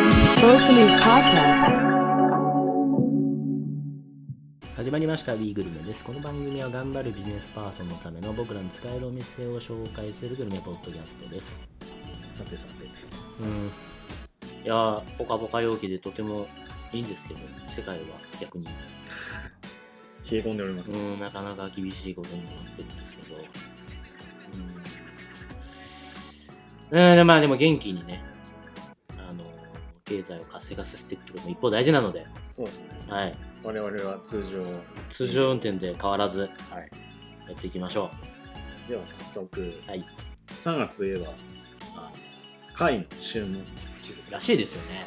Sorcery's Podcast. 始まりました w e グルメですこの番組は頑張るビジネスパーソンのための僕らの使えるお店を紹介するグルメポッドキャストですさてさて、うんいやーポカポカ陽気でとてもいいんですけど世界は逆に冷え込んでおりますう。んなかなか厳しいことになってるんですけどうん、うん、まあでも元気にねあの経済を活性化させていくってことも一方大事なので、そうですね。はい、我々は通常、通常運転で変わらずはい。やっていきましょでは早速、うはい3月といえば、あの貝の旬の季節。らしいですよね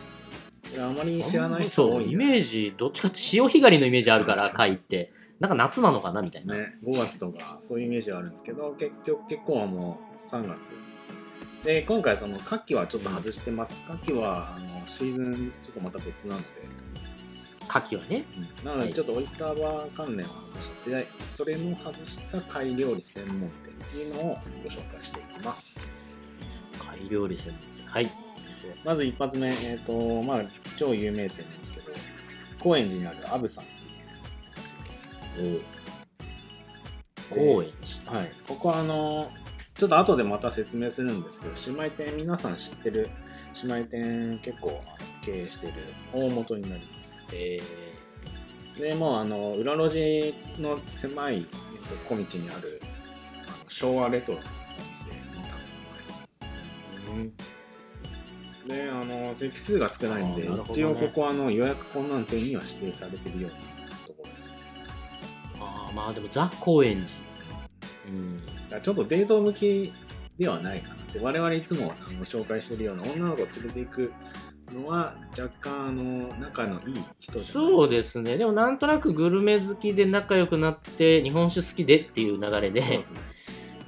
いやあまり知らない人そ多ういイメージどっちかって潮干狩りのイメージあるかそうらそうそう貝ってなんか夏なのかなみたいな、ね。5月とか、そういうイメージはあるんですけど、結局、結構はもう3月。で、今回、その、牡蠣はちょっと外してます。牡蠣は、あの、シーズン、ちょっとまた別なので、牡蠣はねうんなのはいで、ちょっとオイスターバー関連は外して、それも外した貝料理専門店っていうのをご紹介していきます。貝料理専門店はいまず一発目、えっ、と、まあ、超有名店なんですけど、高円寺にあるアブさんっていう高円円寺はい。ここはあの、ちょっと後でまた説明するんですけど、姉妹店、皆さん知ってる姉妹店結構あの経営してる大元になります。えで、もうあの、裏路地の狭い、えっと小道にあるあの昭和レトロのお店の立つーうんであの席数が少ないんで、あーなるほどね一応ここはあの予約困難点には指定されてるようなところですねあーまあでもザ高円寺うんだからちょっとデート向きではないかなって我々いつもあの紹介してるような女の子を連れていくのは若干あの仲のいい人じゃないそうですねでもなんとなくグルメ好きで仲良くなって日本酒好きでっていう流れでそうですね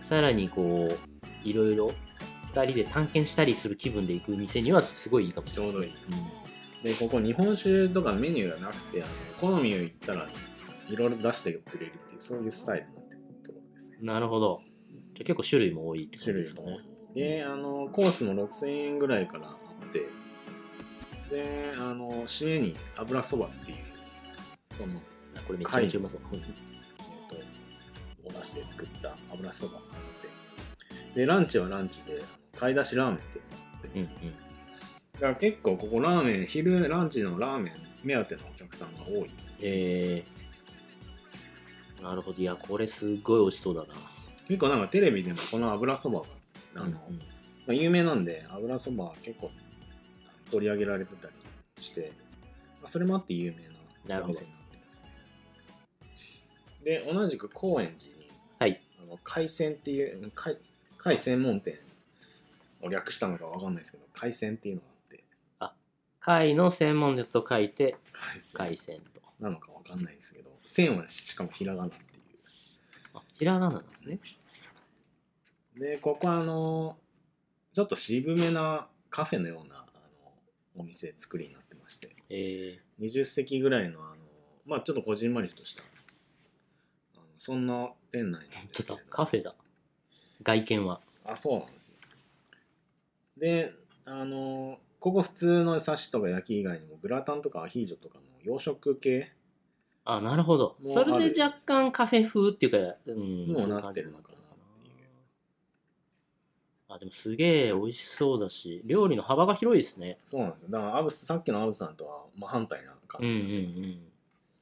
さらにこういろいろ2人で探検したりする気分で行く店にはすごいいいかもしちれなょいうどいいです、でここ日本酒とかメニューがなくてあの好みを言ったらいろいろ出してくれるっていうそういうスタイルになってるところですねなるほど。じゃあ結構種類も多いってこと種で類すかもね。多いであのコースも6000円ぐらいからあってであの締めに油そばっていうその、あこれめっちゃめちゃうまそう。えっとお出汁で作った油そばがあってでランチはランチで買い出しラーメンっていうのがあって、うんうん。だから結構ここラーメン昼ランチのラーメン目当てのお客さんが多いえー、なるほど。いや、これすごい美味しそうだな。結構なんかテレビでもこの油そばがあの、うんうんまあ、有名なんで油そばは結構取り上げられてたりして、まあ、それもあって有名ななるおほど店になってますねで同じく高円寺にはい。あの海鮮っていう海海鮮門店を略したのかわかんないですけど海鮮っていうのがあって貝の専門店と書いて、海鮮海鮮と。なのかわかんないですけど線はしかもひらがなっていうあ、ひらがななんですね。でここはあのちょっと渋めなカフェのようなあのお店作りになってましてえ20席ぐらいのあのまあちょっとこじんまりとしたあのそんな店内なんでー、ちすけょどっとカフェだ。外見は。あそうなんですよであのここ普通の刺しとか焼き以外にもグラタンとかアヒージョとかの洋食系あ、なるほど。もうそれあでる若干カフェ風っていうか、うん、にもそういうな感っじてるのかなっていうあ、でもすげえ美味しそうだし、料理の幅が広いですね。そうなんですよだからアブスさっきのアブさんとは真反対な感うんうじんうになってます、ん。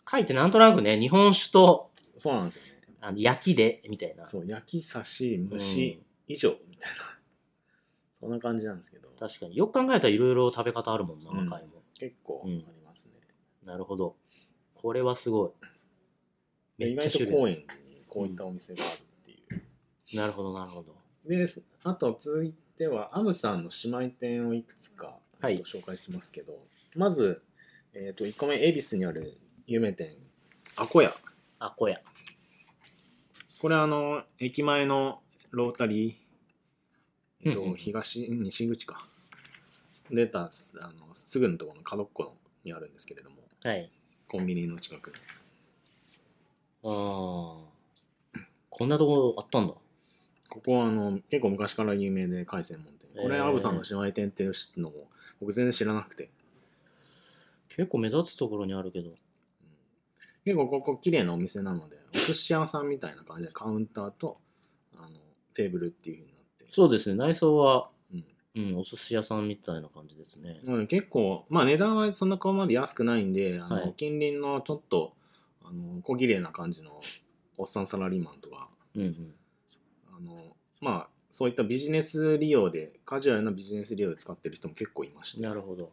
貝ってなんとなくね、日本酒とそうなんですよねあの焼きでみたいな。そう焼き刺しうん蒸し以上みたいな、そんな感じなんですけど確かに。よく考えたらいろいろ食べ方あるもんな、うん貝も。結構ありますね、なるほど。これはすごい。でめ意っちゃ外と種高類。円寺にこういったお店があるっていう、なるほど、なるほど。であと続いてはアムさんの姉妹店をいくつか、はいえっと紹介しますけどまず、えっと1個目恵比寿にある有名店アコヤあ、こや。これあの駅前のロータリー、えっとうんうん東西口か出たすあのすぐのところの角っこにあるんですけれどもはい。コンビニの近くにあーこんなところあったんだ。ここはあの結構昔から有名で海鮮門店これ、えーアブさんの姉妹店っていうのも僕全然知らなくて結構目立つところにあるけど。結構ここ綺麗なお店な のでお寿司屋さんみたいな感じでカウンターとあのテーブルっていう風になってそうですね、内装は、うんうん、お寿司屋さんみたいな感じですね。うん、結構まあ値段はそんなこまで安くないんであの、はい近隣のちょっとあの小綺麗な感じのおっさんサラリーマンとかうんうん。あのまあそういったビジネス利用でカジュアルなビジネス利用で使ってる人も結構いましたなるほど。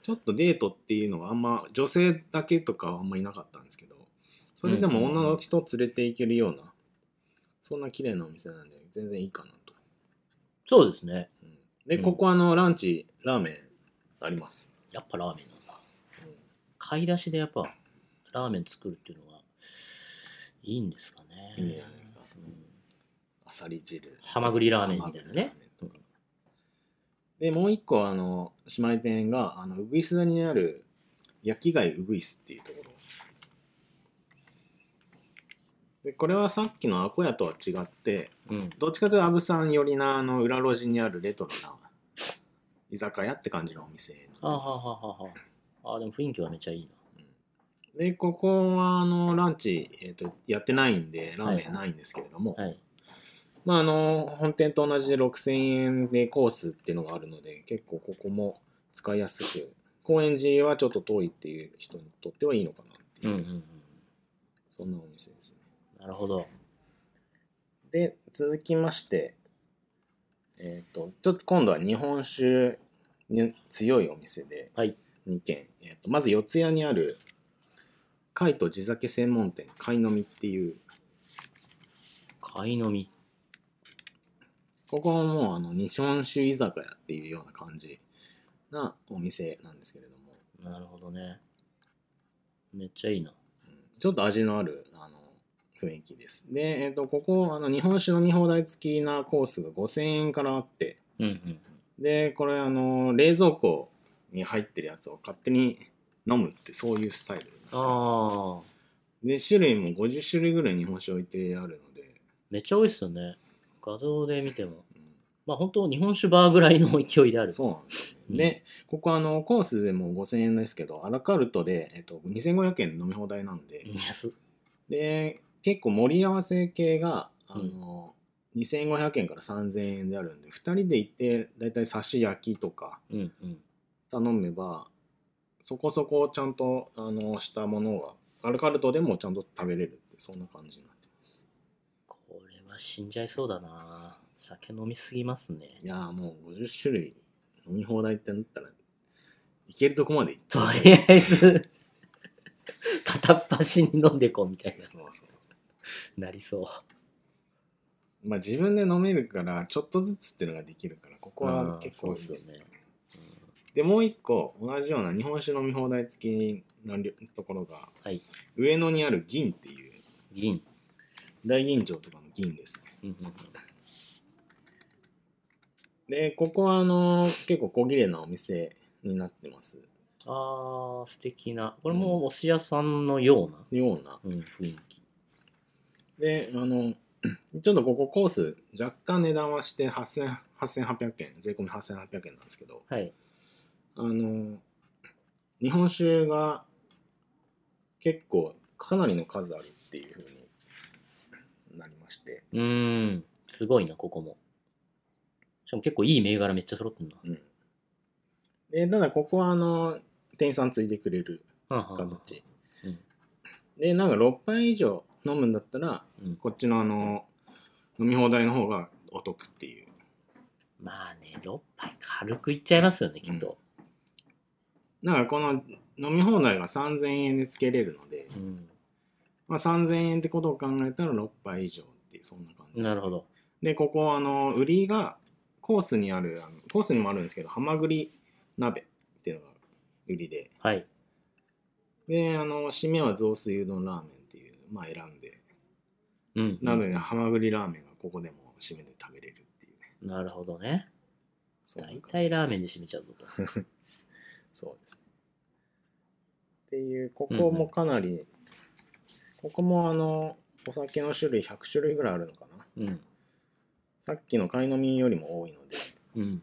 ちょっとデートっていうのはあんま女性だけとかはあんまいなかったんですけどそれでも女の人を連れていけるような、そんな綺麗なお店なんで全然いいかなと、そうですね。うんでうんここあのランチラーメンあります、やっぱラーメンなんだ。うん買い出しでやっぱラーメン作るっていうのがいいんですかね。いいんじゃないですかうんあさり汁ハマグリラーメンみたいなねハマグリラーメンとかでもう一個あの姉妹店があのウグイス谷にある焼き貝ウグイスっていうところでこれはさっきのアコヤとは違ってうん。どっちかというとアブさん寄りなあの裏路地にあるレトロな居酒屋って感じのお店になってあははますははああ、でも雰囲気はめちゃいいでここはあのランチ、えー、とやってないんでラーメンないんですけれども、な。はい。まあ、あの本店と同じで6000円でコースっていうのがあるので結構ここも使いやすく高円寺はちょっと遠いっていう人にとってはいいのかなってうんいうんう、うん。そんなお店ですねなるほど。で続きましてえっ、とちょっと今度は日本酒に強いお店ではい。 2軒、えーとまず四谷にある貝と地酒専門店貝のみっていう買い飲み。ここはもうあの日本酒居酒屋っていうような感じなお店なんですけれどもなるほどね。めっちゃいいな。うんちょっと味のあるあの雰囲気です。で、えっとここあの日本酒飲み放題付きなコースが5000円からあってうんうん。でこれあの冷蔵庫に入ってるやつを勝手に飲むってそういうスタイルああ、で種類も50種類ぐらい日本酒置いてあるので、めっちゃ美味しいですよね。画像で見ても。うまあ本当日本酒バーぐらいの勢いであんる。そうなんですようんね。でここあのコースでも5000円ですけどアラカルトで、えっと2500円で飲み放題なんで、うん安っで結構盛り合わせ系があうんの、2500円から3000円であるんで2人で行ってだいたい刺し焼きとかうんうん。頼めばそこそこちゃんとあのしたものがアルカルトでもちゃんと食べれるってそんな感じになってますこれは死んじゃいそうだな。酒飲みすぎますね。いやーもう50種類飲み放題ってなったらいけるとこまで行っとりあえず、片っ端に飲んでこうみたいてそうそうそうな、なりそう。まあ自分で飲めるからちょっとずつっていうのができるからここあーは結構いいでそうですすよねでもう一個同じような日本酒飲み放題付きのところがはい。上野にある銀っていう銀。大吟醸とかの銀ですねうんうんうんでここはあの結構小綺麗なお店になってますあー、素敵な。これもお寿司屋さんのような、ようなうん、雰囲気。であの ちょっとここコース若干値段はして8000 8800円税込み8800円なんですけどはい。あの日本酒が結構かなりの数あるっていうふうになりましてうーん。すごいな、ここも。しかも結構いい銘柄めっちゃ揃ってんな。うんでただここはあの店員さんついてくれるはんはんはん形、うんでなんか6杯以上飲むんだったらうん、こっちのあの飲み放題の方がお得っていうまあね、6杯軽くいっちゃいますよね、きっと。だからこの飲み放題が3000円でつけれるので、うん。まあ、3000円ってことを考えたら6杯以上っていうそんな感じですなるほど。でここあの売りがコースにあるあのコースにもあるんですけどハマグリ鍋っていうのが売りではい。であの締めは雑炊うどんラーメンっていうまあ選んでうん、なので、ハマグリラーメンがここでも締めで食べれるっていうね。なるほどね。そう大体ラーメンで締めちゃうぞと。そうですね。っていう、ここもかなり、ここもあの、お酒の種類100種類ぐらいあるのかな。うん。さっきの買い飲みよりも多いので、うん。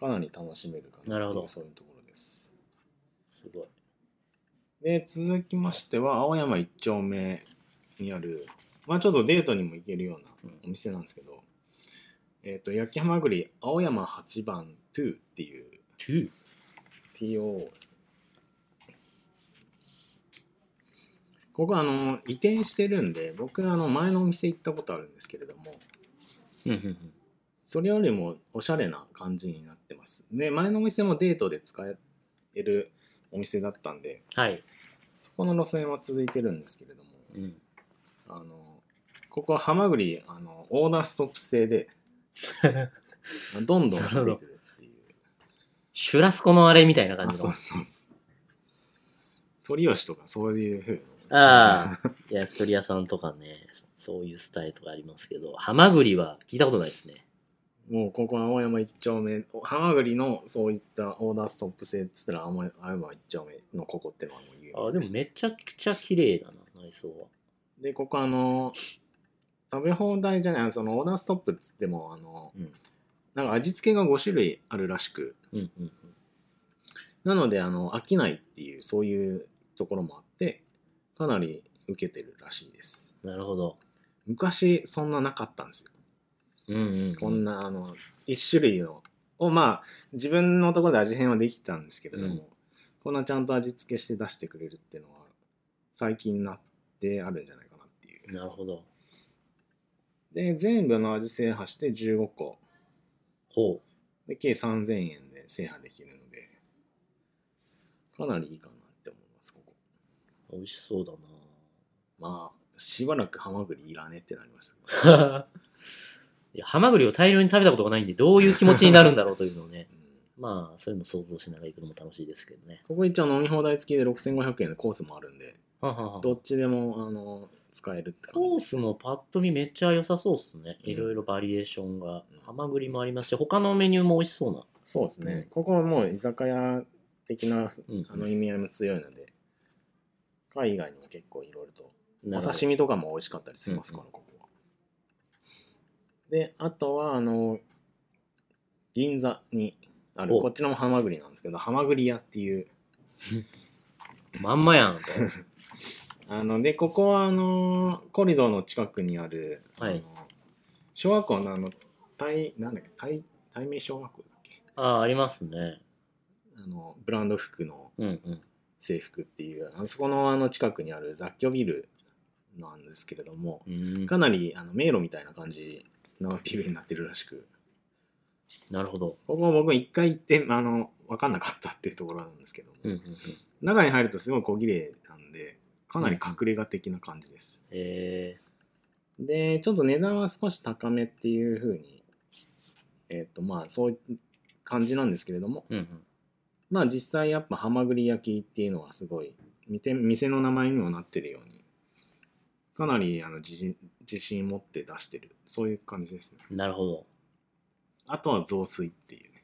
かなり楽しめるかなっていうなるほどそういうところです。そすごい。で続きましては青山一丁目にあるまあちょっとデートにも行けるようなお店なんですけど、えっ、と焼きはまぐり青山8番2っていう 2? TO ですねここあの移転してるんで僕あの前のお店行ったことあるんですけれどもうんうんうん。それよりもおしゃれな感じになってますで前のお店もデートで使えるお店だったんではい。そこの路線は続いてるんですけれどもうん。あのここはハマグリあのオーダーストップ制でどんどん入ってくるっていうシュラスコのあれみたいな感あじそうの。そうそう鳥吉とかそういうふうああ、焼き鳥屋さんとかね、そういうスタイルとかありますけど、ハマグリは聞いたことないですね。もうここは青山一丁目ハマグリのそういったオーダーストップ制っつったら青山青山一丁目のここってのはもう有名あでもめちゃくちゃ綺麗だな、内装は。でここあの食べ放題じゃないそのオーダーストップっつってもあのうん。なんか味付けが5種類あるらしくうんうんなので、あの、飽きないっていう、そういうところもあって、かなり受けてるらしいです。うん。なるほど。昔、そんななかったんですよ。うんうん。こんな、あの、一種類の、を、まあ、自分のところで味変はできたんですけれども、うんこんなちゃんと味付けして出してくれるっていうのは、最近になってあるんじゃないかなっていう。なるほど。で、全部の味制覇して15個。ほで、計3000円で制覇できるので、かなりいいかなって思います、ここ。う。美味しそうだまあ、しばらくハマグリいらねってなりましたけど、な いや、ハマグリを大量に食べたことがないんで、どういう気持ちになるんだろうというのをね。うんまあ、そういうの想像しながら行くのも楽しいですけどね。ここ一応飲み放題付きで6500円のコースもあるんで、はははどっちでもあの使えるって感コーじ。スもパッと見めっちゃ良さそうっすね。うんいろいろバリエーションがうん。ハマグリもありますし、他のメニューも美味しそうな。そうですね、うんここはもう居酒屋的なうんあの意味合いも強いので、海外にも結構いろいろと、なおるほど刺身とかも美味しかったりしますから、ここは。で、あとは、あの、銀座にある、おこっちのもハマグリなんですけど、ハマグリ屋っていう、まんまやん。あのでここはあのーコリドーの近くにある、はいあの小学校のあの対なんだっけ対対面小学校だっけああ、ありますね。あのブランド服のうんうん。制服っていうあのそこのあの近くにある雑居ビルなんですけれどもうーんかなりあの迷路みたいな感じのビルになってるらしくなるほど。ここ僕一回行ってあの分かんなかったっていうところなんですけども、うんうんうん。中に入るとすごい小綺麗なんでかなり隠れ家的な感じです、えで、ちょっと値段は少し高めっていうふうに、えっ、と、まあ、そういう感じなんですけれども、ー、うんうん。まあ、実際やっぱ、ハマグリ焼きっていうのはすごい、見て店の名前にもなってるように、かなりあの自信自信持って出してる、そういう感じですね。なるほど。あとは雑炊っていうね。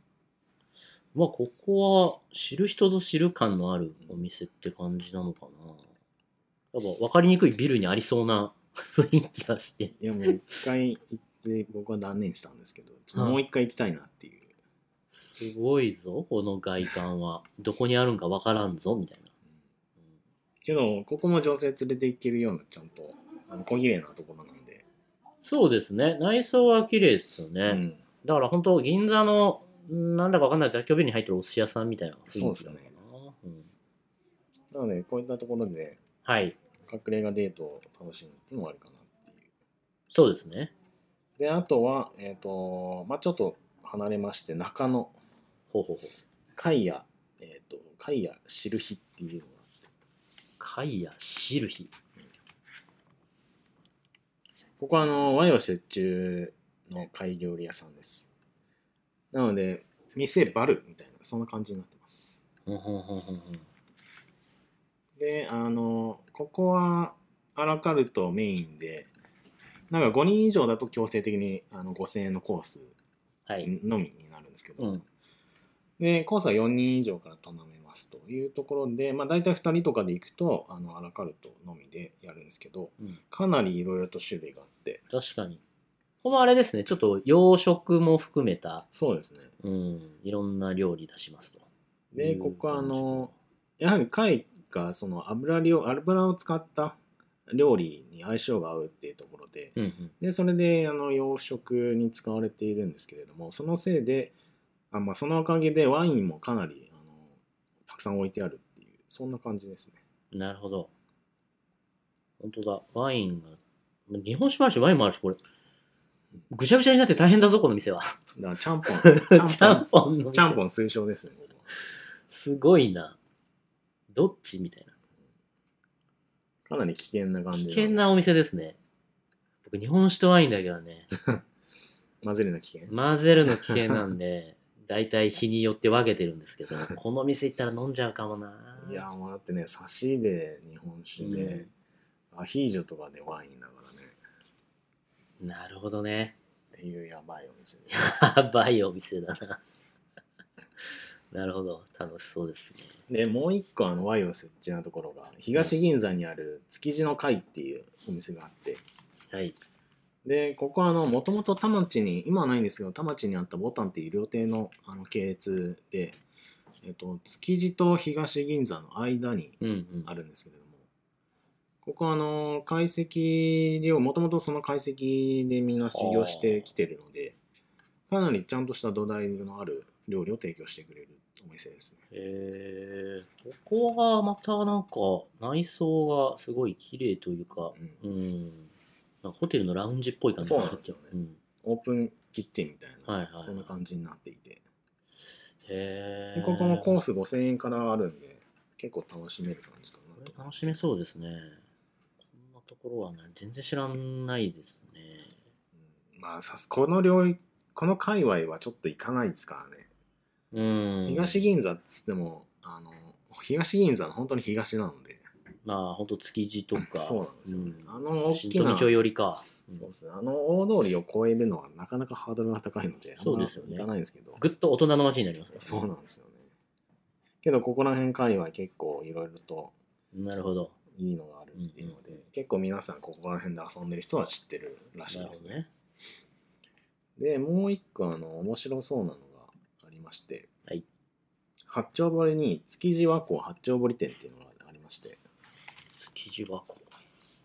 まあ、ここは知る人ぞ知る感のあるお店って感じなのかな。やっぱ分かりにくいビルにありそうな 雰囲気がして。いや、もう一回行って、僕は断念したんですけど、ちょっともう一回行きたいなっていう。すごいぞ、この外観は。どこにあるんか分からんぞ、みたいな。けど、ここも女性連れて行けるような、ちゃんと、あの小綺麗なところなんで。そうですね。内装は綺麗ですよね。うんだから本当銀座の、んなんだかわかんない雑居ビルに入ってるお寿司屋さんみたいな雰囲気なのかな。うんなので、こういったところで、はい。隠れ家デートを楽しむっていうのもありかなっていう。そうですね。で、あとは、えっ、と、まあちょっと離れまして、中野、ほうほうほう。海屋、えっ、と、海屋知る日っていうのが、貝やシルヒ。ここはあの、和洋折衷の貝料理屋さんです。なので、店バルみたいな、そんな感じになってます。うんうんうんうんうんで、あの、ここはアラカルトメインで、なんか5人以上だと強制的にあの5000円のコースはい。のみになるんですけど、うん。で、コースは4人以上から頼めますというところで、まあ、大体2人とかで行くと、あのアラカルトのみでやるんですけど、うんかなりいろいろと種類があって、確かに。ここもあれですね。ちょっと洋食も含めた、そうですね。うん、いろんな料理出しますと。うで、んここはあの、やはり貝がその油料油を使った料理に相性が合うっていうところでうんうん。でそれであの洋食に使われているんですけれどもそのせいであ、まあ、そのおかげでワインもかなりあのたくさん置いてあるっていうそんな感じですね。なるほど。本当だ。ワインが。日本酒もあるし、ワインもあるし、これ。ぐちゃぐちゃになって大変だぞ、この店は。だからちゃんぽん ちゃんぽんの店。ちゃんぽん推奨ですね。ここはすごいな。どっちみたいな。かなり危険な感じ危の険なお店ですね。僕、日本酒とワインだけはね、混ぜるの危険混ぜるの危険なんで、 だいたい日によって分けてるんですけど、この店行ったら飲んじゃうかもな。いやもうだってね刺しで日本酒で、アヒージョとかでワインだからねなるほどね。っていうやばいお店でやばいお店だな。 なるほど。楽しそうですね。でもう一個あのワインの設置なところが東銀座にある築地の会っていうお店があってはい。でここはあのもともと田町に今はないんですけど田町にあったボタンっていう料亭のあの系列で、えっと、築地と東銀座の間にうんうん。あるんですけれどもここはあの解析量もともとその解析でみんな修行してきてるのでかなりちゃんとした土台のある料理を提供してくれるお店ですねえー、ここがまたなんか内装がすごい綺麗というか、ううん、なんかホテルのラウンジっぽい感じそうなんですよねうん、オープンキッチンみたいな、はいはいはいそんな感じになっていてへでえ。ここもコース5000円からあるんで結構楽しめる感じかこなれと楽しめそうですね。こんなところはね、全然知らないですね。うんまあさすこの領域この界隈はちょっと行かないですからね、うん。東銀座っつってもあの東銀座の本当に東なのでまあ、ほんと築地とか。そうなんですよね、うんあの大新きな富町寄りか。うんそうですね。あの大通りを越えるのはなかなかハードルが高いので、そうですよねあんま行かないんですけど。ぐっと大人の街になりますからねそうなんですよね。けど、ここら辺界隈結構いろいろとなるほど。いいのがあるっていうので、うんうん結構皆さんここら辺で遊んでる人は知ってるらしないるでほすどね。ね。で、もう一個、あの、面白そうなのがありまして、はい八丁堀に築地和光八丁堀店っていうのがありまして、築地はここ。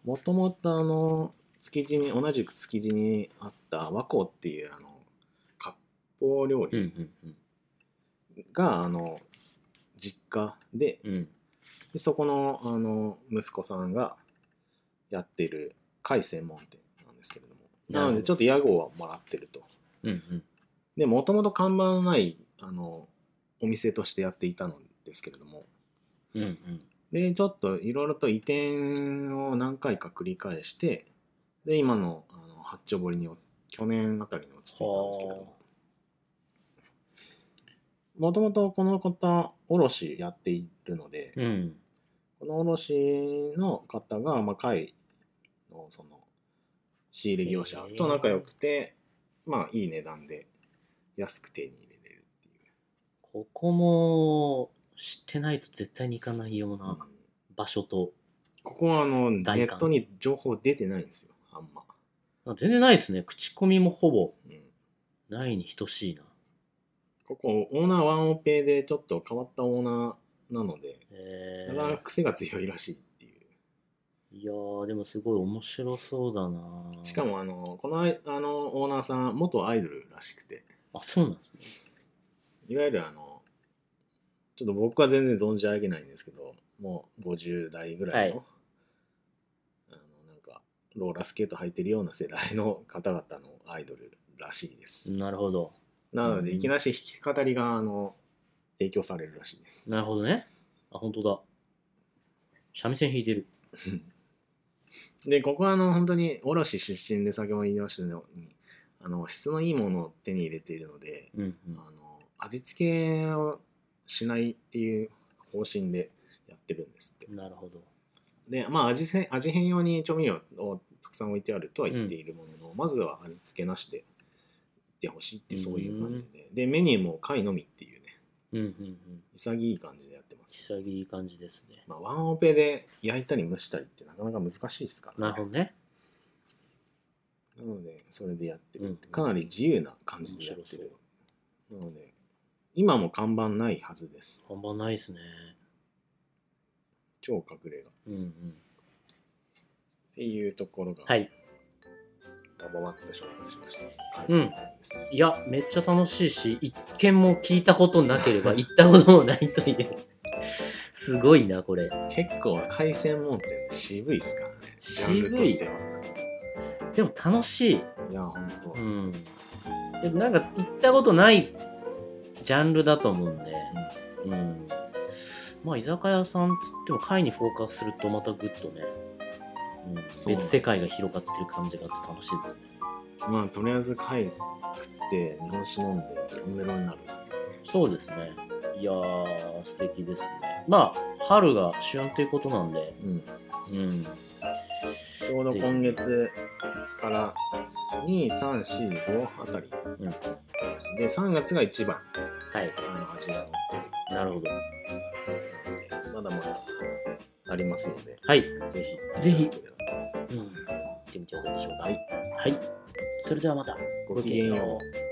もともとあの築地に同じく築地にあった和光っていうあの割烹料うん理うんが、あの実家でうん。うん。でそこのあの息子さんがやってる貝専門店なんですけれどもなるなほどのでちょっと屋号はもらってるとうんうん。でもともと看板のないあのお店としてやっていたのですけれどもうんうん。でちょっといろいろと移転を何回か繰り返してで今のあの八丁堀にお去年あたりに落ち着いたんですけれどはももともとこの方卸やっているので、うん。この卸の方が、まあ、会のその仕入れ業者と仲良くて、まあいい値段で安く手に入れれるっていう、ここも知ってないと絶対に行かないようなうん場所と、ここはあのネ大ッ観トに情報出てないんですよあんま、あ全然ないですね。口コミもほぼうんないに等しいな。ここオーナーワンオペでちょっと変わったオーナーなので、えなかなーか、癖が強いらしいっていういやー、でもすごい面白そうだなしか。もあのこのあいあのオーナーさん元アイドルらしくてあ、そうなんですね。いわゆるあのちょっと僕は全然存じ上げないんですけどもう50代ぐらいの,、はいあのなんかローラースケート履いてるような世代の方々のアイドルらしいです、なるほど。なのでうんいきなし弾き語りがあの提供されるらしいですなるほどね。あ、本当だ。三味線弾いてる。でここはあの本当に卸出身で先ほど言いましたようにあの質のいいものを手に入れているので、うんうん。あの味付けをしないっていう方針でやってるんですってなるほど。でまあ味せ味変用に調味料をたくさん置いてあるとは言っているものの、まずは味付けなしでいってほしいってそういう感じで、でメニューも貝のみっていうねうんうんうん。潔い感じでやってます、潔い感じですね。まあ、ワンオペで焼いたり蒸したりってなかなか難しいですから、なるほどね。なのでそれでやってる、うんかなり自由な感じでやってるなので今も看板ないはずですあんまないですね。超隠れ家っうんうん。ていうところが、はい。バババッと紹介しました。うんいや、めっちゃ楽しいし、一見も聞いたことなければ、行ったこともないという。 すごいな、これ。結構海鮮もんって渋いっすからねジャンルとしてはでも楽しい。いやほんと、うん。でもなんか、行ったことないジャンルだと思うんで、うん。まあ、居酒屋さんつっても、会にフォーカスするとまたぐっとね、うん、す別世界が広がってる感じがあって楽しいですね。まあとりあえず貝食って日本酒飲んでロンベロになるそうですね。いやー、素敵ですね。まあ、春が旬ということなんで、うんうん。ちょうど今月から2345あたり、うんで3月が一番はい。あの味が乗ってなるほど。るまだまだありますのではい。ぜひぜひうん。行ってみてはどうでしょうか。はい。はい。それではまた。ごきげんようう。